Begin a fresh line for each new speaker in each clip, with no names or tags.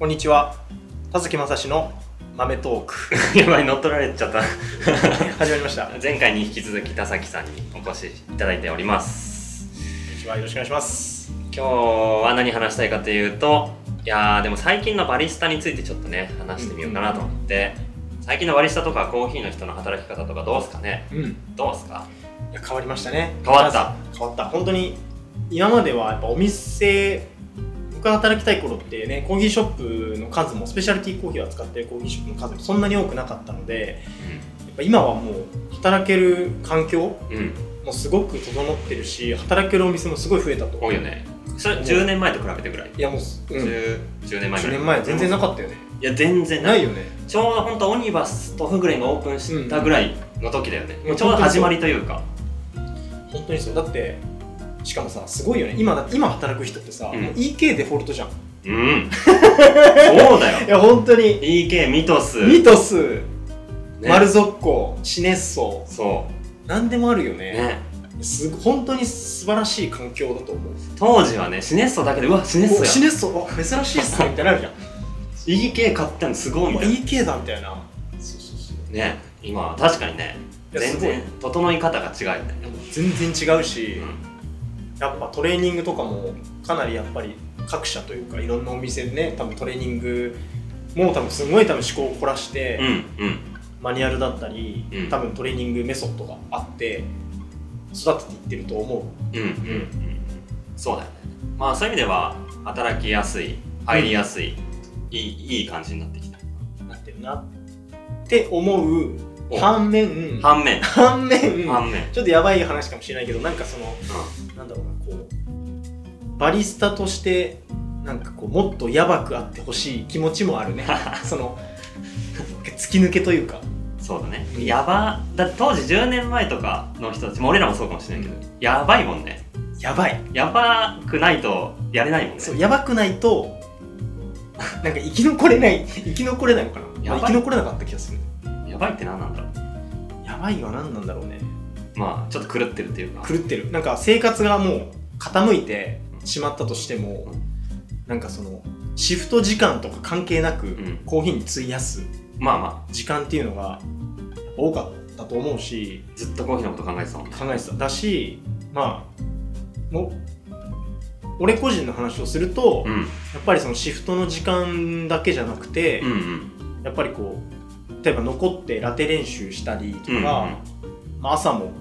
こんにちは田崎正史の豆トー ク
やばい乗っ取られちゃった
始まりましたこ
前回に引き続き田崎さんにお越しいただいております
んにちはよろしくお願いします
今日は何話したいかというといやーでも最近のバリスタについてちょっとね話してみようかなと思って、最近のバリスタとかコーヒーの人の働き方とかどうすかね
うん
どうすか
いや変わりましたね
変わった
変わった本当に今まではやっぱお店僕が働きたい頃ってねコーヒーショップの数もスペシャリティコーヒーを扱ってるコーヒーショップの数もそんなに多くなかったのでやっぱ今はもう働ける環境
うん、うん、
もすごく整ってるし働けるお店もすごい増えたと
多いよねそれ10年前と比べてぐらい、
いやもう、
十十 10, 年前ぐ
10
らい
年前全然なかったよね
いや全然
ないよね
ちょうど本当オニバスとフグレンがオープンしたぐらいの時だよね、
うん
もうちょうど始まりというか
本当にそうだってしかもさすごいよね今だ今働く人ってさ、
うん
もう EK デフォルトじゃん
う んそうだよ
いや本当に
EK ミトス、
ミトス、
ね
マルゾッコシネッソ
そ
何でもあるよ
う
ね
ね
す本当に素晴らしい環境だと思う
当時はねシネッソだけでうわシネッソ
おシ
や
ネッソあ珍しいっすねみたいになるじ ゃん
EK 買ったのすごいみ
お
たい
EK だみたいなそうそうそう
なね今は確かにね
いや
全
すごい
然整い方が違うよね、
全然違うし、
うん
やっぱトレーニングとかもかなりやっぱり各社というかいろんなお店でね多分トレーニングも多分すごい多分思考を凝らして、
うん
マニュアルだったり、
うん
多分トレーニングメソッドがあって育てていってると思
うんうんうんうんそうだよねまあそういう意味では働きやすい入りやすい、いいいい感じになってきた
うなってるなって思う
お
反面
反面
反面
反面
ちょっとやばい話かもしれないけどなんかその
う
なんだろうなこうバリスタとしてなんかこうもっとやばくあってほしい気持ちもあ るねその突き抜けというか
んそうだね
うん
やばだって当時10年前とかの人たちもう俺らもそうかもしれないけど、やばいもんね
やばい
やばくないとやれないもんね
そうやばくないとなんか生き残れない生き残れないのかな、まあ
やばい
生き残れなかった気がする
やばいって何なんだろう
やばいは何なんだろうね
まあちょっと狂ってるっていうか
狂ってるなんか生活がもう傾いてしまったとしても
う
なんかそのシフト時間とか関係なく、
ん
コーヒーに費やす
まあま
時間っていうのが多かったと思うし
あずっとコーヒーのこと考えてたもんね
考えてただしまあもう俺個人の話をすると、
う
や
ん
っぱりそのシフトの時間だけじゃなくて、
うんうん
やっぱりこう例えば残ってラテ練習したりと
うん
か、まあ、朝も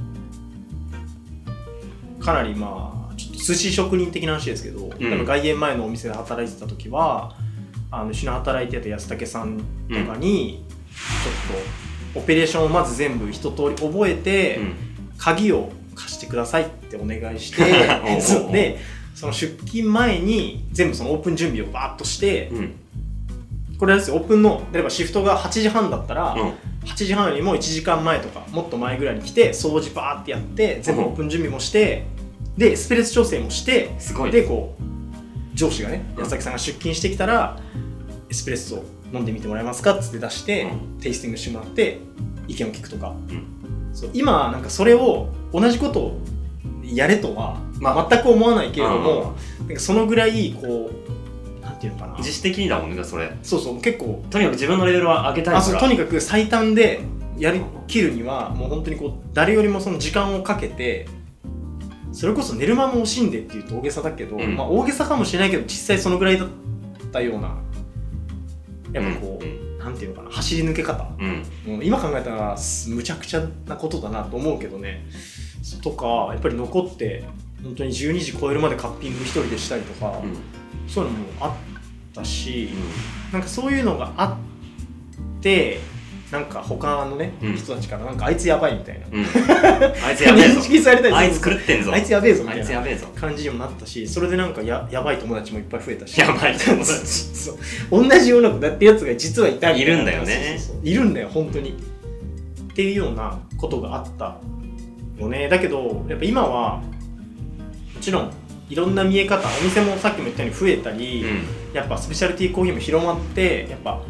かなりまあちょっと寿司職人的な話ですけど、
ん
多分外苑前のお店で働いてた時はあの一緒に働いてた安武さんとかに、ちょっとオペレーションをまず全部一通り覚えて、
うん
鍵を貸してくださいってお願いし
おうおうお
て
う
そうでその出勤前に全部そのオープン準備をバーッとして、
うん
これあれですよオープンの例えばシフトが8時半だったら、
うん
8時半よりも1時間前とかもっと前ぐらいに来て掃除バーってやって全部オープン準備もして、でスペレス調整もして
すごい
でこう上司がね
うん
安崎さんが出勤してきたらエスプレッソ飲んでみてもらえますかっつって出して、
うん
テイスティングしてもらって意見を聞くとか、
ん
そう今なんかそれを同じことをやれとは、
まあ
全く思わないけれど
うんうん
も、なんかそのぐらいこうなんていうのかな
自主的にだもんねそれ
そうそう結構
とにかく自分のレベルは上げたいから
あそうとにかく最短でやりきるにはもう本当にこう誰よりもその時間をかけてそれこそ寝る間も惜しんでっていうと大げさだけど、
うん
まあ、大げさかもしれないけど実際そのぐらいだったようなやっぱこう、
うん
なんていうのかな走り抜け方、
うん
うん、今考えたらすむちゃくちゃなことだなと思うけどねとかやっぱり残って本当に12時超えるまでカッピング一人でしたりとか、
うん
そういうのもあったし。なんかそういうのがあってなんか他のね、
うん
人たちからなんかあいつやばいみたいな
うんうんあいつやべえ
認
ぞ
識されたり
あいつ狂ってんぞ
あいつやべえぞみ
あ
た
い
い
つ
な
やべえぞ
感じにもなったしそれでなんかややばい友達もいっぱい増えたし
やばい 友達
そう同じようなことやってるやつが実はいたみたない
るんだよね
そうそうそういるんだよ本当にっていうようなことがあったよねだけどやっぱ今はもちろんいろんな見え方お店もさっきも言ったように増えたり、
う
やっぱスペシャリティコーヒーも広まってやっぱ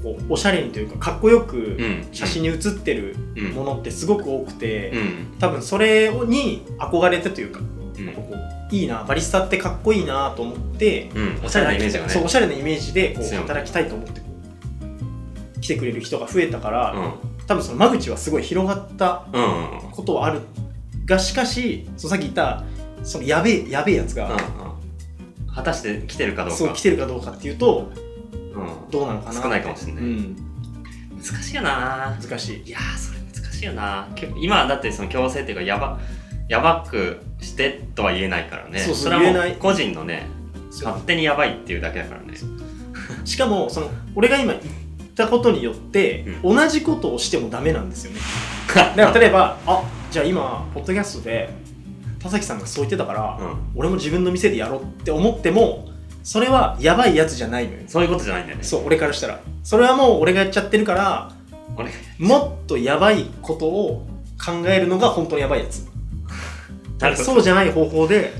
こうおしゃれにというかかっこよ
んう
く
ん
写真に写ってる
うん
ものってすごく多くて、
うん
多分それに憧れてというか
うん
なんかこういいなバリスタってかっこいいなと思って
うん、おしゃれなイメージがね
そうおしゃれなイメージでこう
強い
働きたいと思ってこう来てくれる人が増えたから、
うん
多分その間口はすごい広がった
うんうんうん
ことはあるがしかしそうさっき言ったそのやべえやべえやつが、
うんうん果たして来てるかどうか
そう来てるかどうかっていうと
うん
どうなのかな
少ないかもしれない
うん、
難しいよな
難しい
いやーそれ難しいよな結構今はだってその強制っていうかやばやばくしてとは言えないからね
そうそう
れは
言え
も
な
う
い
個人のね勝手にやばいっていうだけだからね
しかもその俺が今言ったことによって、
う
同じことをしてもダメなんですよね だから例えばあじゃあ今ポッドキャストで田崎さんがそう言ってたから、
うん、
俺も自分の店でやろうって思ってもそれはやばいやつじゃないのよ
そういうことじゃないんだよね
そう俺からしたらそれはもう俺がやっちゃってるから
俺
もっとやばいことを考えるのが本当にやばいやつ
なるほど
そうじゃない方法で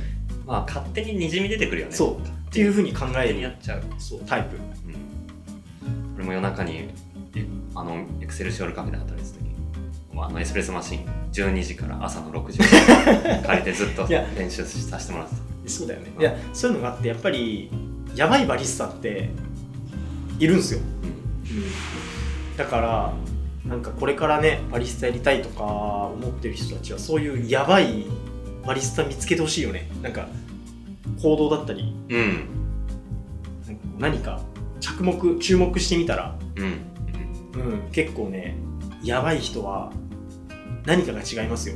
まあ勝手ににじみ出てくるよね
そうっていうふうに考え
勝手にや
る
っちゃう、
そうタイプ
うん、俺も夜中にえあのエクセルシオールカフェで働いてた時まああのエスプレッソマシン12時から朝の6時まで借りてずっと
いや
練習させてもらってた
そうだよねいやそういうのがあってやっぱりやばいバリスタっているんですよ、
うん
だからなんかこれからねバリスタやりたいとか思ってる人たちはそういうやばいバリスタ見つけてほしいよねなんか行動だったり
うん
なんか何か着目注目してみたら、
うんうん
うん、結構ねやばい人は何かが違いますよ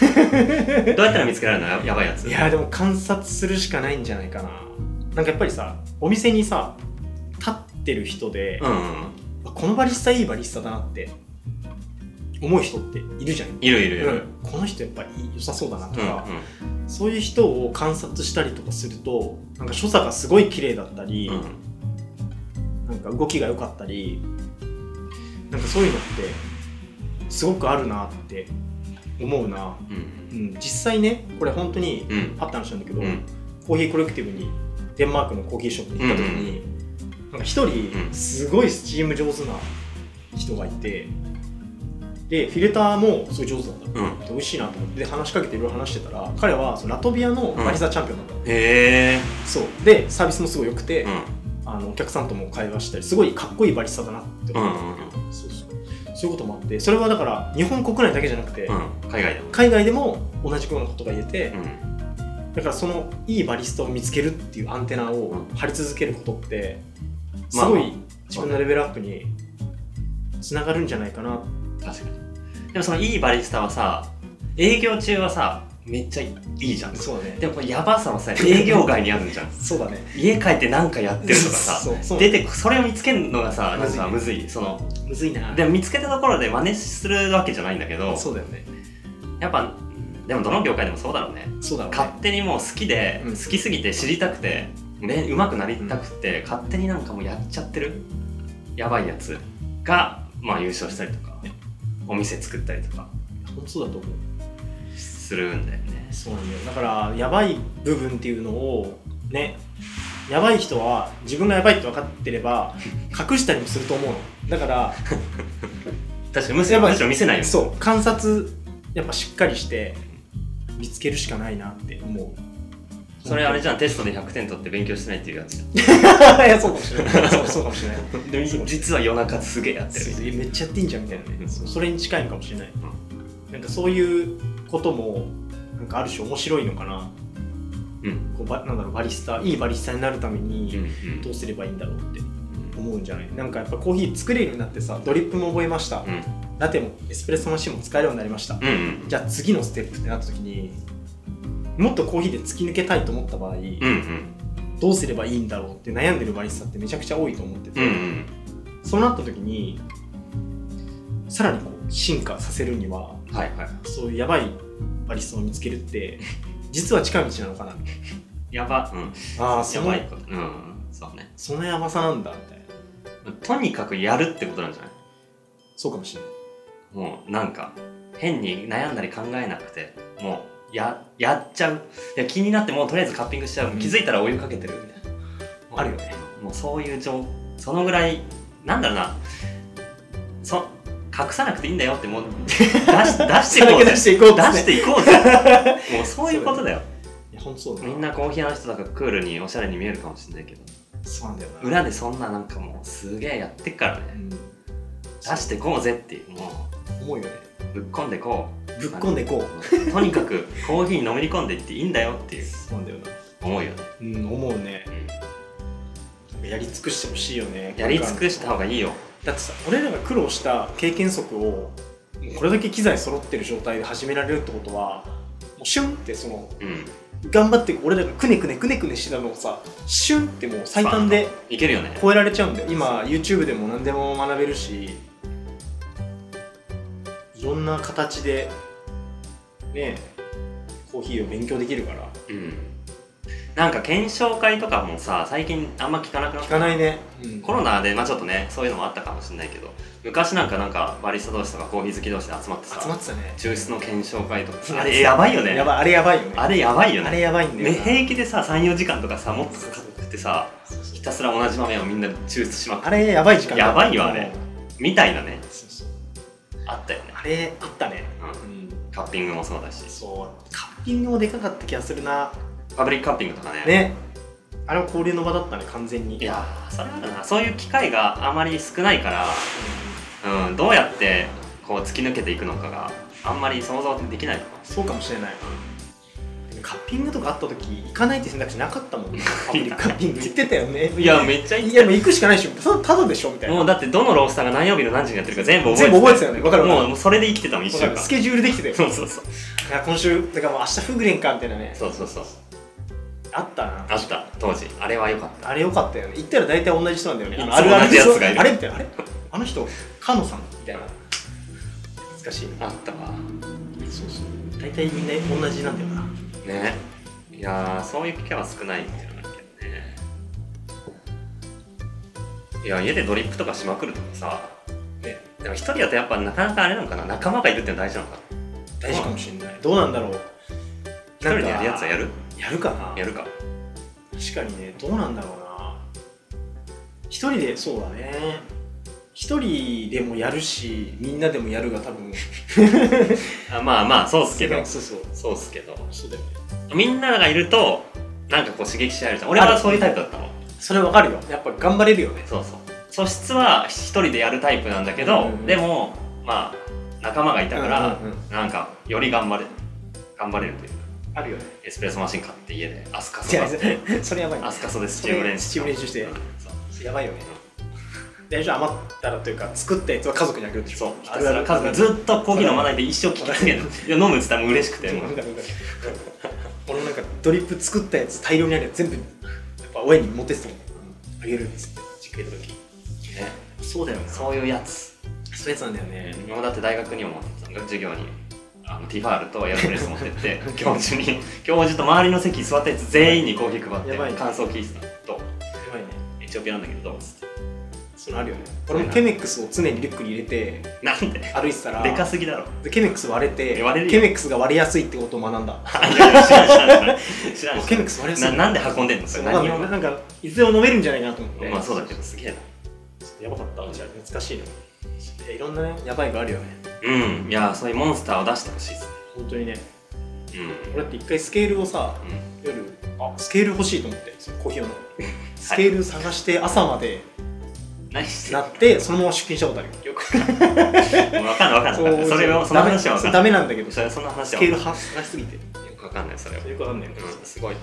どうやったら見つけられるのややばいやつ
いやーでも観察するしかないんじゃないかななんかやっぱりさお店にさ立ってる人で、
うんうんうん
あこのバリスタいいバリスタだなって思う人っているじゃん、
いるいるいる、
この人やっぱいい良さそうだなと
うん
か、そういう人を観察したりとかするとなんか所作がすごい綺麗だったり、
うん
なんか動きが良かったりなんかそういうのってすごくあるなって思うな、
う
うんん、実際ねこれ本当に
うんうん
あった話なんだけど、
うん
コーヒーコレクティブにデンマークのコーヒーショップに行った時に、なんか一
う
人
ん
すごいスチーム上手な人がいてでフィルターもすごい上手だったの
うんうん
で美味しいなと思ってで話しかけていろいろ話してたら彼はそのラトビアのバリザチャンピオンだったの、
へえ
そうでサービスもすごい良くて、
う
あのお客さんとも会話したりすごいかっこいいバリスタだなって
んう
思った、
んうん
そうそうそういうこともあってそれはだから日本国内だけじゃなくて、
うん海外でも
海外でも同じようなことが言えて、
うん
だからそのいいバリスタを見つけるっていうアンテナを張り続けることってす
まあ
ごい自分のレベルアップにつながるんじゃないかな
確かにでもそのいいバリスタはさ営業中はさめっちゃいいじゃん
そうだね
でもこれやばさ はさ営業外にあるんじゃん
そうだね
家帰って何かやってるとかさ
そうそう
出てくそれを見つけるのがさなんかむ
む
ずいその
むずいな
でも見つけたところで真似するわけじゃないんだけど
そうだよね
やっぱでもどの業界でもそうだろうね
そうだろう
勝
ね
手にもう好きで、
うん
好きすぎて知りたくてね上手くなりたくて、勝手になんかもうやっちゃってるやばいやつがまあ優勝したりとかお店作ったりとか
本当そうだと思う
するんだよね
そうなんだよだからやばい部分っていうのをねやばい人は自分がやばいって分かってれ ば隠したりもすると思うのだから
確かにむし
や
ろ
っぱ
むしろ見せないよ
そう観察やっぱしっかりして見つけるしかないなって思う
それあれ
じ
じゃんテストで100点取って勉強してないっていうやつじゃん
ゃ いやそうかもしれ ないそうそうかもしれない
で実は夜中すげえやってるみたい
えめっちゃやっていいんじゃんみたいな
う
ね
ん
そうそれに近いのかもしれない、なんかそういうこともなんかある種面白いのかな
なうん
こうばなんだろうバリスタいいバリスタになるため
うん
に
うん
どうすればいいんだろうって思うんじゃないなんかやっぱコーヒー作れるようになってさドリップも覚えました、
うん
ラテもエスプレッソマシンも使えるようになりました、
うんうん
じゃあ次のステップってなった時にもっとコーヒーで突き抜けたいと思った場合、
うんうん
どうすればいいんだろうって悩んでるバリスタってめちゃくちゃ多いと思ってて、
うんうん
そうなった時にさらにこう進化させるには
はいはい
そういうやばいバリスタを見つけるって実は近道なのかな
やばうん
ああ
や
その
ばいことうんそうね
そのやばさなんだみたいな
とにかくやるってことなんじゃない
そうかもしれない
もうなんか変に悩んだり考えなくてもうややっちゃういや気になってもうとりあえずカッピングしちゃう、
うん
気づいたらお湯かけてるみたいなもう
あるよね
もうそういう状そのぐらいなんだろうなそ隠さなくていいんだよってもう出し出していこうぜ
出していこうっ
出
つっ
してていこう ぜもうそういうことだよ
いや本当そうだ
みんなコーヒーの人だからクールにおしゃれに見えるかもしれないけど
そうなんだよな
裏でそんななんかもうすげえやってっから
う
ね
ん
出してこうぜっていうも
思うよね
うぶっこんでこ
ぶっ込んでこう
う とにかくコーヒーにのめり込んでいっていいんだよっていう
そうなんだよな
思うよね、
うん思うね
うん
やり尽くしてほしいよね
やり尽くした方がいいよ
だってさ俺らが苦労した経験則をもうこれだけ機材揃ってる状態で始められるってことはもうシュンってその
うん
頑張って俺らがくねくねくねくねしてたのをさシュンってもう最短で
いけるよね
超えられちゃうんだよ今 YouTube でも何でも学べるしいろんな形でねコーヒーを勉強できるから
うんなんか検証会とかもさ最近あんま聞かなくな
聞
っ
か
た
ないね、うん
コロナでまあちょっとねそういうのもあったかもしれないけど昔なんかなんかバリスタ同士とかコーヒー好き同士で集まってさ
集まってたね
抽出の検証会とかさあれやばいよね
やばいあれやばいよね
あれやばいよ
あれ
ね
やばいんだよ
ね
な
平気でさ34時間とかさもっとかかってさひたすら同じ豆をみんなで抽出しまく
あれやばい時間
やばいよあれみたいなね
そうそう
あったよね、
あれあったね
う
うん
ん、カッピングもそうだし
そうカッピングもでかかった気がするな
パブリックカッピングとかね
ねあれは交流の場だったね完全に
いやーそれはあるなそういう機会があまり少ないからうん、どうやってこう突き抜けていくのかがあんまり想像できないのかも
そうかもしれないでもカッピングとかあった時行かないって選択肢なかったもんねカッピングカッピング行ってたよね
いやめっちゃい
い
い
やもう行くしかないでしょただただでしょみたい
もう
な
だってどのロースターが何曜日の何時にやってるか全部覚えて
全部覚えてたよねわかるわかる
もうもうそれで生きてたもん一
わ
週
か
間
るスケジュールできてたよ
そうそうそう
いや今週だからもう明日フグレンかみたいなね
そうそうそう
あったな
あった当時あれは良かっ
あれ良かったよね行ったら大体同じ人なんだよね
いつも
あるある
同じやつがいる
あれみたいなあれあの人カノさんみたいな懐かしい
たあったわ
そうそう大体みんな同じなんだよな
ねいやーそういう機会は少ないんだよねいや家でドリップとかしまくるとかさ、
ね
でも一人だとやっぱなかなかあれなのかな仲間がいるってのは大事なのかな
大事かもしれないどうなんだろう
一人でやるやつはやる
やるかな
やるか
確かにねどうなんだろうな一人でそうだね一人でもやるしみんなでもやるが多 分
あまあまあそうっすけど
そうそう
そうっすけど
そうだよね
みんながいるとなんかこう刺激し合えるじゃん俺はそういうタイプだったの
それわかるよやっぱ頑張れるよね
そうそう素質は一人でやるタイプなんだけど、
うんうんうん
でもまあ仲間がいたから、
うんうんうん
なんかより頑張れる頑張れるというか
あるよね
エスプレッソマシン買って家でアスカ
い
ソ
や
が
それやばいね
アスカソでスチーム練習
スチーム練習して
うんそう
やばいよね大丈夫余ったらというか作ったやつは家族にあげるでし
そう
ょ
ひたすら家族ずっとコーヒー飲まないで一生聞き続けるいや飲むっつったらもう嬉しくてもう
俺なんかドリップ作ったやつ大量にあるやつ全部やっぱ親に持ってってたもんあげるっつって実家行った
ね
時そうだよね
そういうやつ
そういうやつなんだよね
今だって大学にも持ってたのが授業にあのティファールとエアプレス持ってって 教授に教授と周りの席座ったやつ全員にコーヒー配
やば
っ
い
て
ね
感想聞いてたのと
やばいね
エチオピアなんだけどどうっつっ
そのあるよね俺もケメックスを常にリュックに入れて
てなんでで
歩いてたら
かすぎだろ
でケメックス割れて
割れるよ
ケメックスが割れやすいってことを学んだ
知らん知らん知らん
ケメ
知
ックス割れやす
ら
い
んななんで運んでんのそ
そう
れ
わかん
何
な
を
いなんかいつでも飲めるんじゃないかなと思って
まあそうだけどすげえな
やばかったじゃあ懐かしいねいやいろんなねやばいがあるよね
うんいやそういうモンスターを出してほしいですね
本当にね
うん
俺だって一回スケールをさ
うん
夜あスケール欲しいと思ってそのコーヒー用のスケール探して朝まで
何して
なってそのまま出勤したことあるよ
よくわか んないもうわかんないわかんない それをその話はわかんな
ダ
い
メなんだけど
そ
ス
れその話は
ケー
分
ル
かん
は探しすぎて
ないよくわかんないそれは
よくわかんない
うん、すごいな。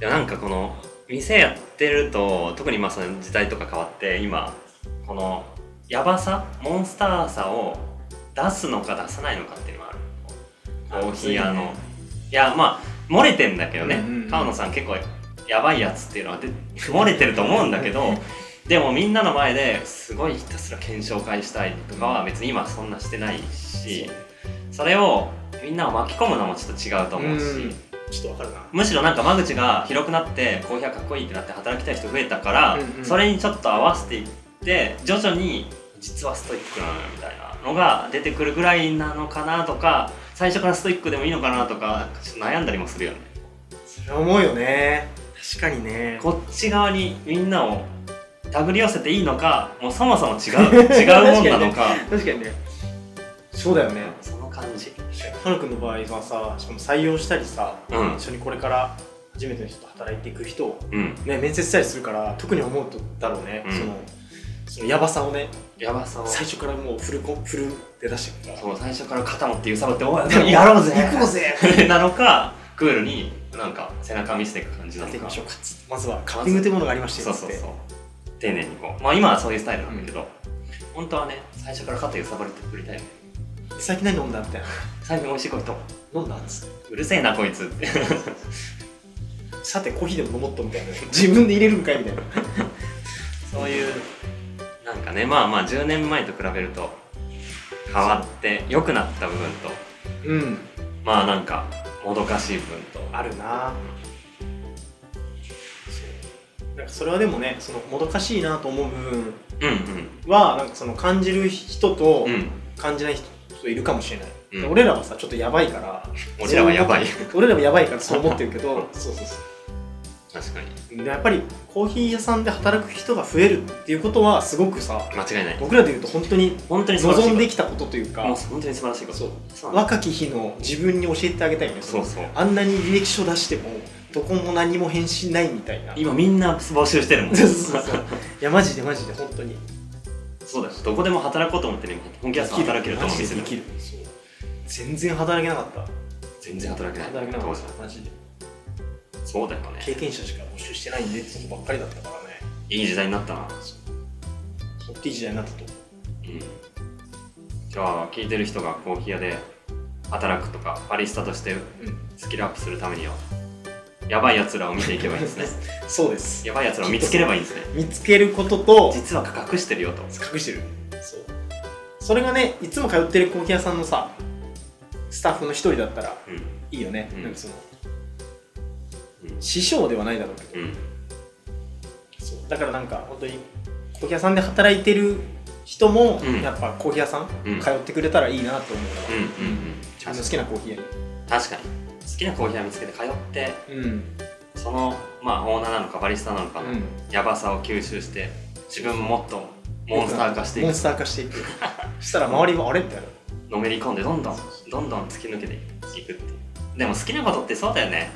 いやなんかこの店やってると特にまあその時代とか変わって今このヤバさモンスターさを出すのか出さないのかっていうのがあるコーヒー屋の、
あそうね
いやまあ漏れてんだけどね、
うんうんうん
川野さん結構やばいやつっていうのはで漏れてると思うんだ けどでもみんなの前ですごいひたすら検証会したいとかは別に今そんなしてないしそれをみんなを巻き込むのもちょっと違うと思うし。
うんちょっとわかるな
むしろなんか間口が広くなってコーヒーはかっこいいってなって働きたい人増えたから、
うんうん
それにちょっと合わせていって徐々に実はストイックなのよみたいなのが出てくるぐらいなのかなとか最初からストイックでもいいのかなとかちょっと悩んだりもするよね
それは思うよね確かにね
こっち側にみんなを手繰り寄せていいのかもうそもそも違う違うもんなのか
確かにね
そうだよね
その感じ
ハル君の場合はさしかも採用したりさ、
うん
一緒にこれから初めての人と働いていく人を、
うん
ね、面接したりするから特に思うとだろうね、
うん
そのそのやばさをね
やばさを
最初からもうフルコフルで出してくるか
そう最初から肩持って揺さぶって「お いやろうぜ!」
ら行こう ぜ
なのかクールになんか背中見せていく感じな
やっ
の
ていき
か
まし
そ
ょ
う
うかっつってまずはカッティングというものがありまして
そう
っつ
そ
っ
う
て
丁寧にこうまあ今はそういうスタイルなんだけど、本当はね最初から肩揺さぶれてくれたいよね
最近何飲んだみたいな
最近美味しいコーヒーと
飲んだっつって
うるせえなこいつって
さてコーヒーでも飲もっとみたいな自分で入れるんかいみたいな
そういうなんかねまあまあ10年前と比べると変わって良くなった部分と
うん
まあなんかもどかしい部分と
あるなそうなんかそれはでもねそのもどかしいなと思う部分
うん
はなんかその感じる人と
うんうん
感じない人といるかもしれない、
うん
俺らはさちょっとやばいから
俺らはやばい
俺らもやばいからそう思ってるけどそうそうそ
確かに
うでやっぱりコーヒー屋さんで働く人が増えるっていうことはすごくさ
間違いない
僕らで言うと本当に
本当に素晴らしい
望んできたことという
もう
か
本当に素晴らしいこと
そう
そうなんだ
若き日の自分に教えてあげたいよね
そうそう
あんなに履歴書出してもどこも何も返信ないみたいな
今みんな募集してるもん
そうそうそういやマジでマジで本当に
そうだよどこでも働こうと思ってね本気出すと働けると思う
マジ
店
で
で
で
も
きるそう全然働けなかった
全然働けない
働けなか
当
っ
時
たマジで
そうだよね
経験者しか募集してないんでってことばっかりだったからね
いい時代になったな
ほっていい時代になったと
うんじゃあ聞いてる人がコーヒー屋で働くとかバリスタとして
うん
スキルアップするためにはやばいやつらを見ていけばいいんですね
そうです
やばいやつらを見つければいいんですね
見つけることと
実は隠してるよと
隠してるそうそれがねいつも通ってるコーヒー屋さんのさスタッフの一人だったら
うん
いいよね、
うん
なんかその
うん
師匠ではないだろうけど、
うん
そうだからなんか本当にコーヒー屋さんで働いてる人も、
うん
やっぱコーヒー屋さん、
うん
通ってくれたらいいなと思うのは、
うんうんうん
自分の好きなコーヒー屋に
確かに好きなコーヒー屋見つけて通って
うん、
そのまあオーナーなのかバリスタなのかの
うん
やばさを吸収して自分ももっとモンスター化してい
モ
く
ンスター化していくそしたら周りはあれみたいな
のめり込んでどんどんどんどん突き抜けていくっていうでも好きなことってそうだよね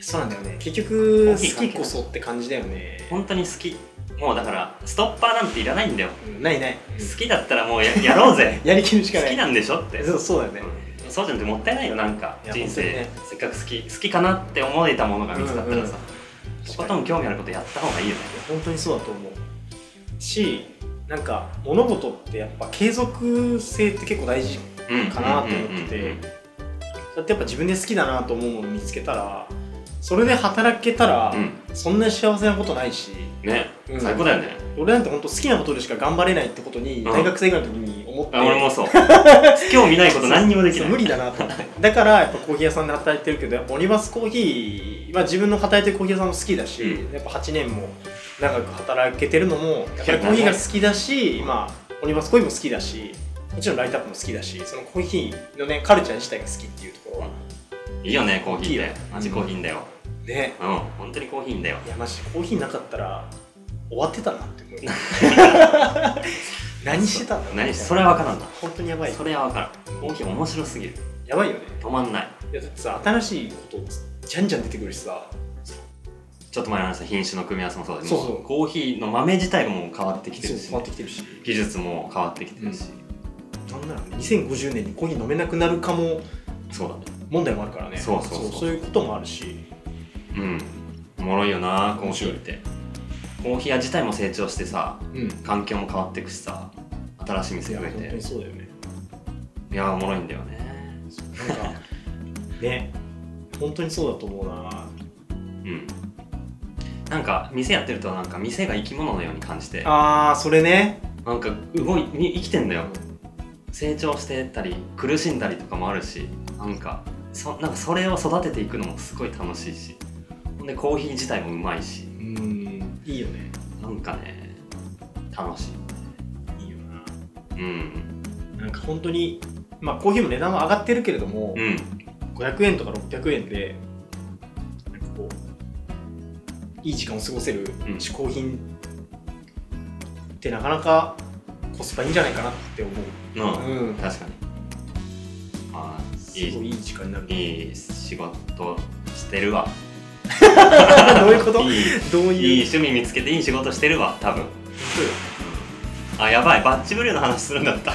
そうなんだよね結
コ
局
ーヒ
好
ー関係ない
きこそって感じだよね、
本当に好きもうだからストッパーなんていらないんだよ
うんないない、
好きだったらもうや やろうぜ
やりきるし
好
かない
きなんでしょって
そうそうだよね、
うんそうじゃなくてもったいないよなんか
いや
人生、
本当にね
せっかく好き好きかなって思えたものが見つかったらさ、とことん興味あることやった方がいいよね
本当にそうだと思うしなんか物事ってやっぱ継続性って結構大事
うん
かなと思ってて
うんうんうん
だってやっぱ自分で好きだなと思うもの見つけたらそれで働けたら、そんな幸せなことないし
うんね、
うん
最高だよね
俺なんて本当好きなことでしか頑張れないってことに
ん
大学生ぐらいの時に思って、
あ俺も そう興味ないこと何にもでき
そ
な
う
い
無理だなと思ってだからやっぱコーヒー屋さんで働いてるけどやっぱオニバスコーヒーは自分の働いてるコーヒー屋さんも好きだし、
う
やっぱ8年も長く働けてるのもやっぱりコーヒーが好きだし、まあ、オニバスコーヒーも好きだしもちろんライトアップも好きだしそのコーヒーのねカルチャー自体が好きっていうところはい
いよねコーヒー
いい
っ
よ
てマジコーヒーんだよ
ね
うん本当にコーヒーんだよ
いやマジでコーヒーなかったら終わってたなって思う 何してたんだろう
何それは分からんな
本当にやばい
それは分からんコーヒー面白すぎる
やばいよね
止まんない
いやだってさ新しいことじゃんじゃん出てくるしさ
ちょっと前の話した品種の組み合わせもそうだけ
そ
ど
うそう
もコーヒーの豆自体ももう変わってきて
そう
る
変
し
わってきてるし
技術も変わってきてるし、
なんなら2050年にコーヒー飲めなくなるかも
そうだね
問題もあるからね
そうそうそう
そういうこともあるし
うんおもろいよなコーヒーってコーヒー屋自体も成長してさ
うん
環境も変わっていくしさ新しい
い
店
や
増え
本当
て
にそうだよね
いやおもろいんだよね
なんかね本当にそうだと思うな
うんなんか店やってるとなんか店が生き物のように感じて
あーそれね
なんか動いに生きてんだよ成長してったり苦しんだりとかもあるしなんかそなんかそれを育てていくのもすごい楽しいしほんでコーヒー自体もうまいし
うんいいよね
なんかね楽しい
いいよな
うん
なんか本当にまあコーヒーも値段は上がってるけれども、
うん
500円とか600円でなんかこういい時間を過ごせる
ん
嗜好品ってなかなかコスパいいんじゃないかなって思う、
の、
うん、
確かにあー
すごいい
い
い時間になる
いいい仕事してるわ
どう いうこと
い
どういう
いいい趣味見つけていい仕事してるわ多分あやばいバッチブルーの話するんだった
い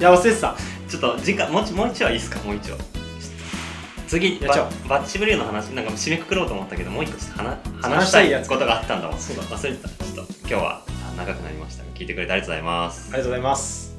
や忘れてた
ちょっと時間もうちもう一話いいっすかもう一話次
やっちゃお
ババッチブルーの話なんか締めくくろうと思ったけどもう一個ちょっと話話
話
し
した
た
いや
い
つ
ことがあったんだわ
そうだ
忘れてたちょっと今日はあ長くなりましたが聞いてくれてありがとうございま
あ
す
りがとうございます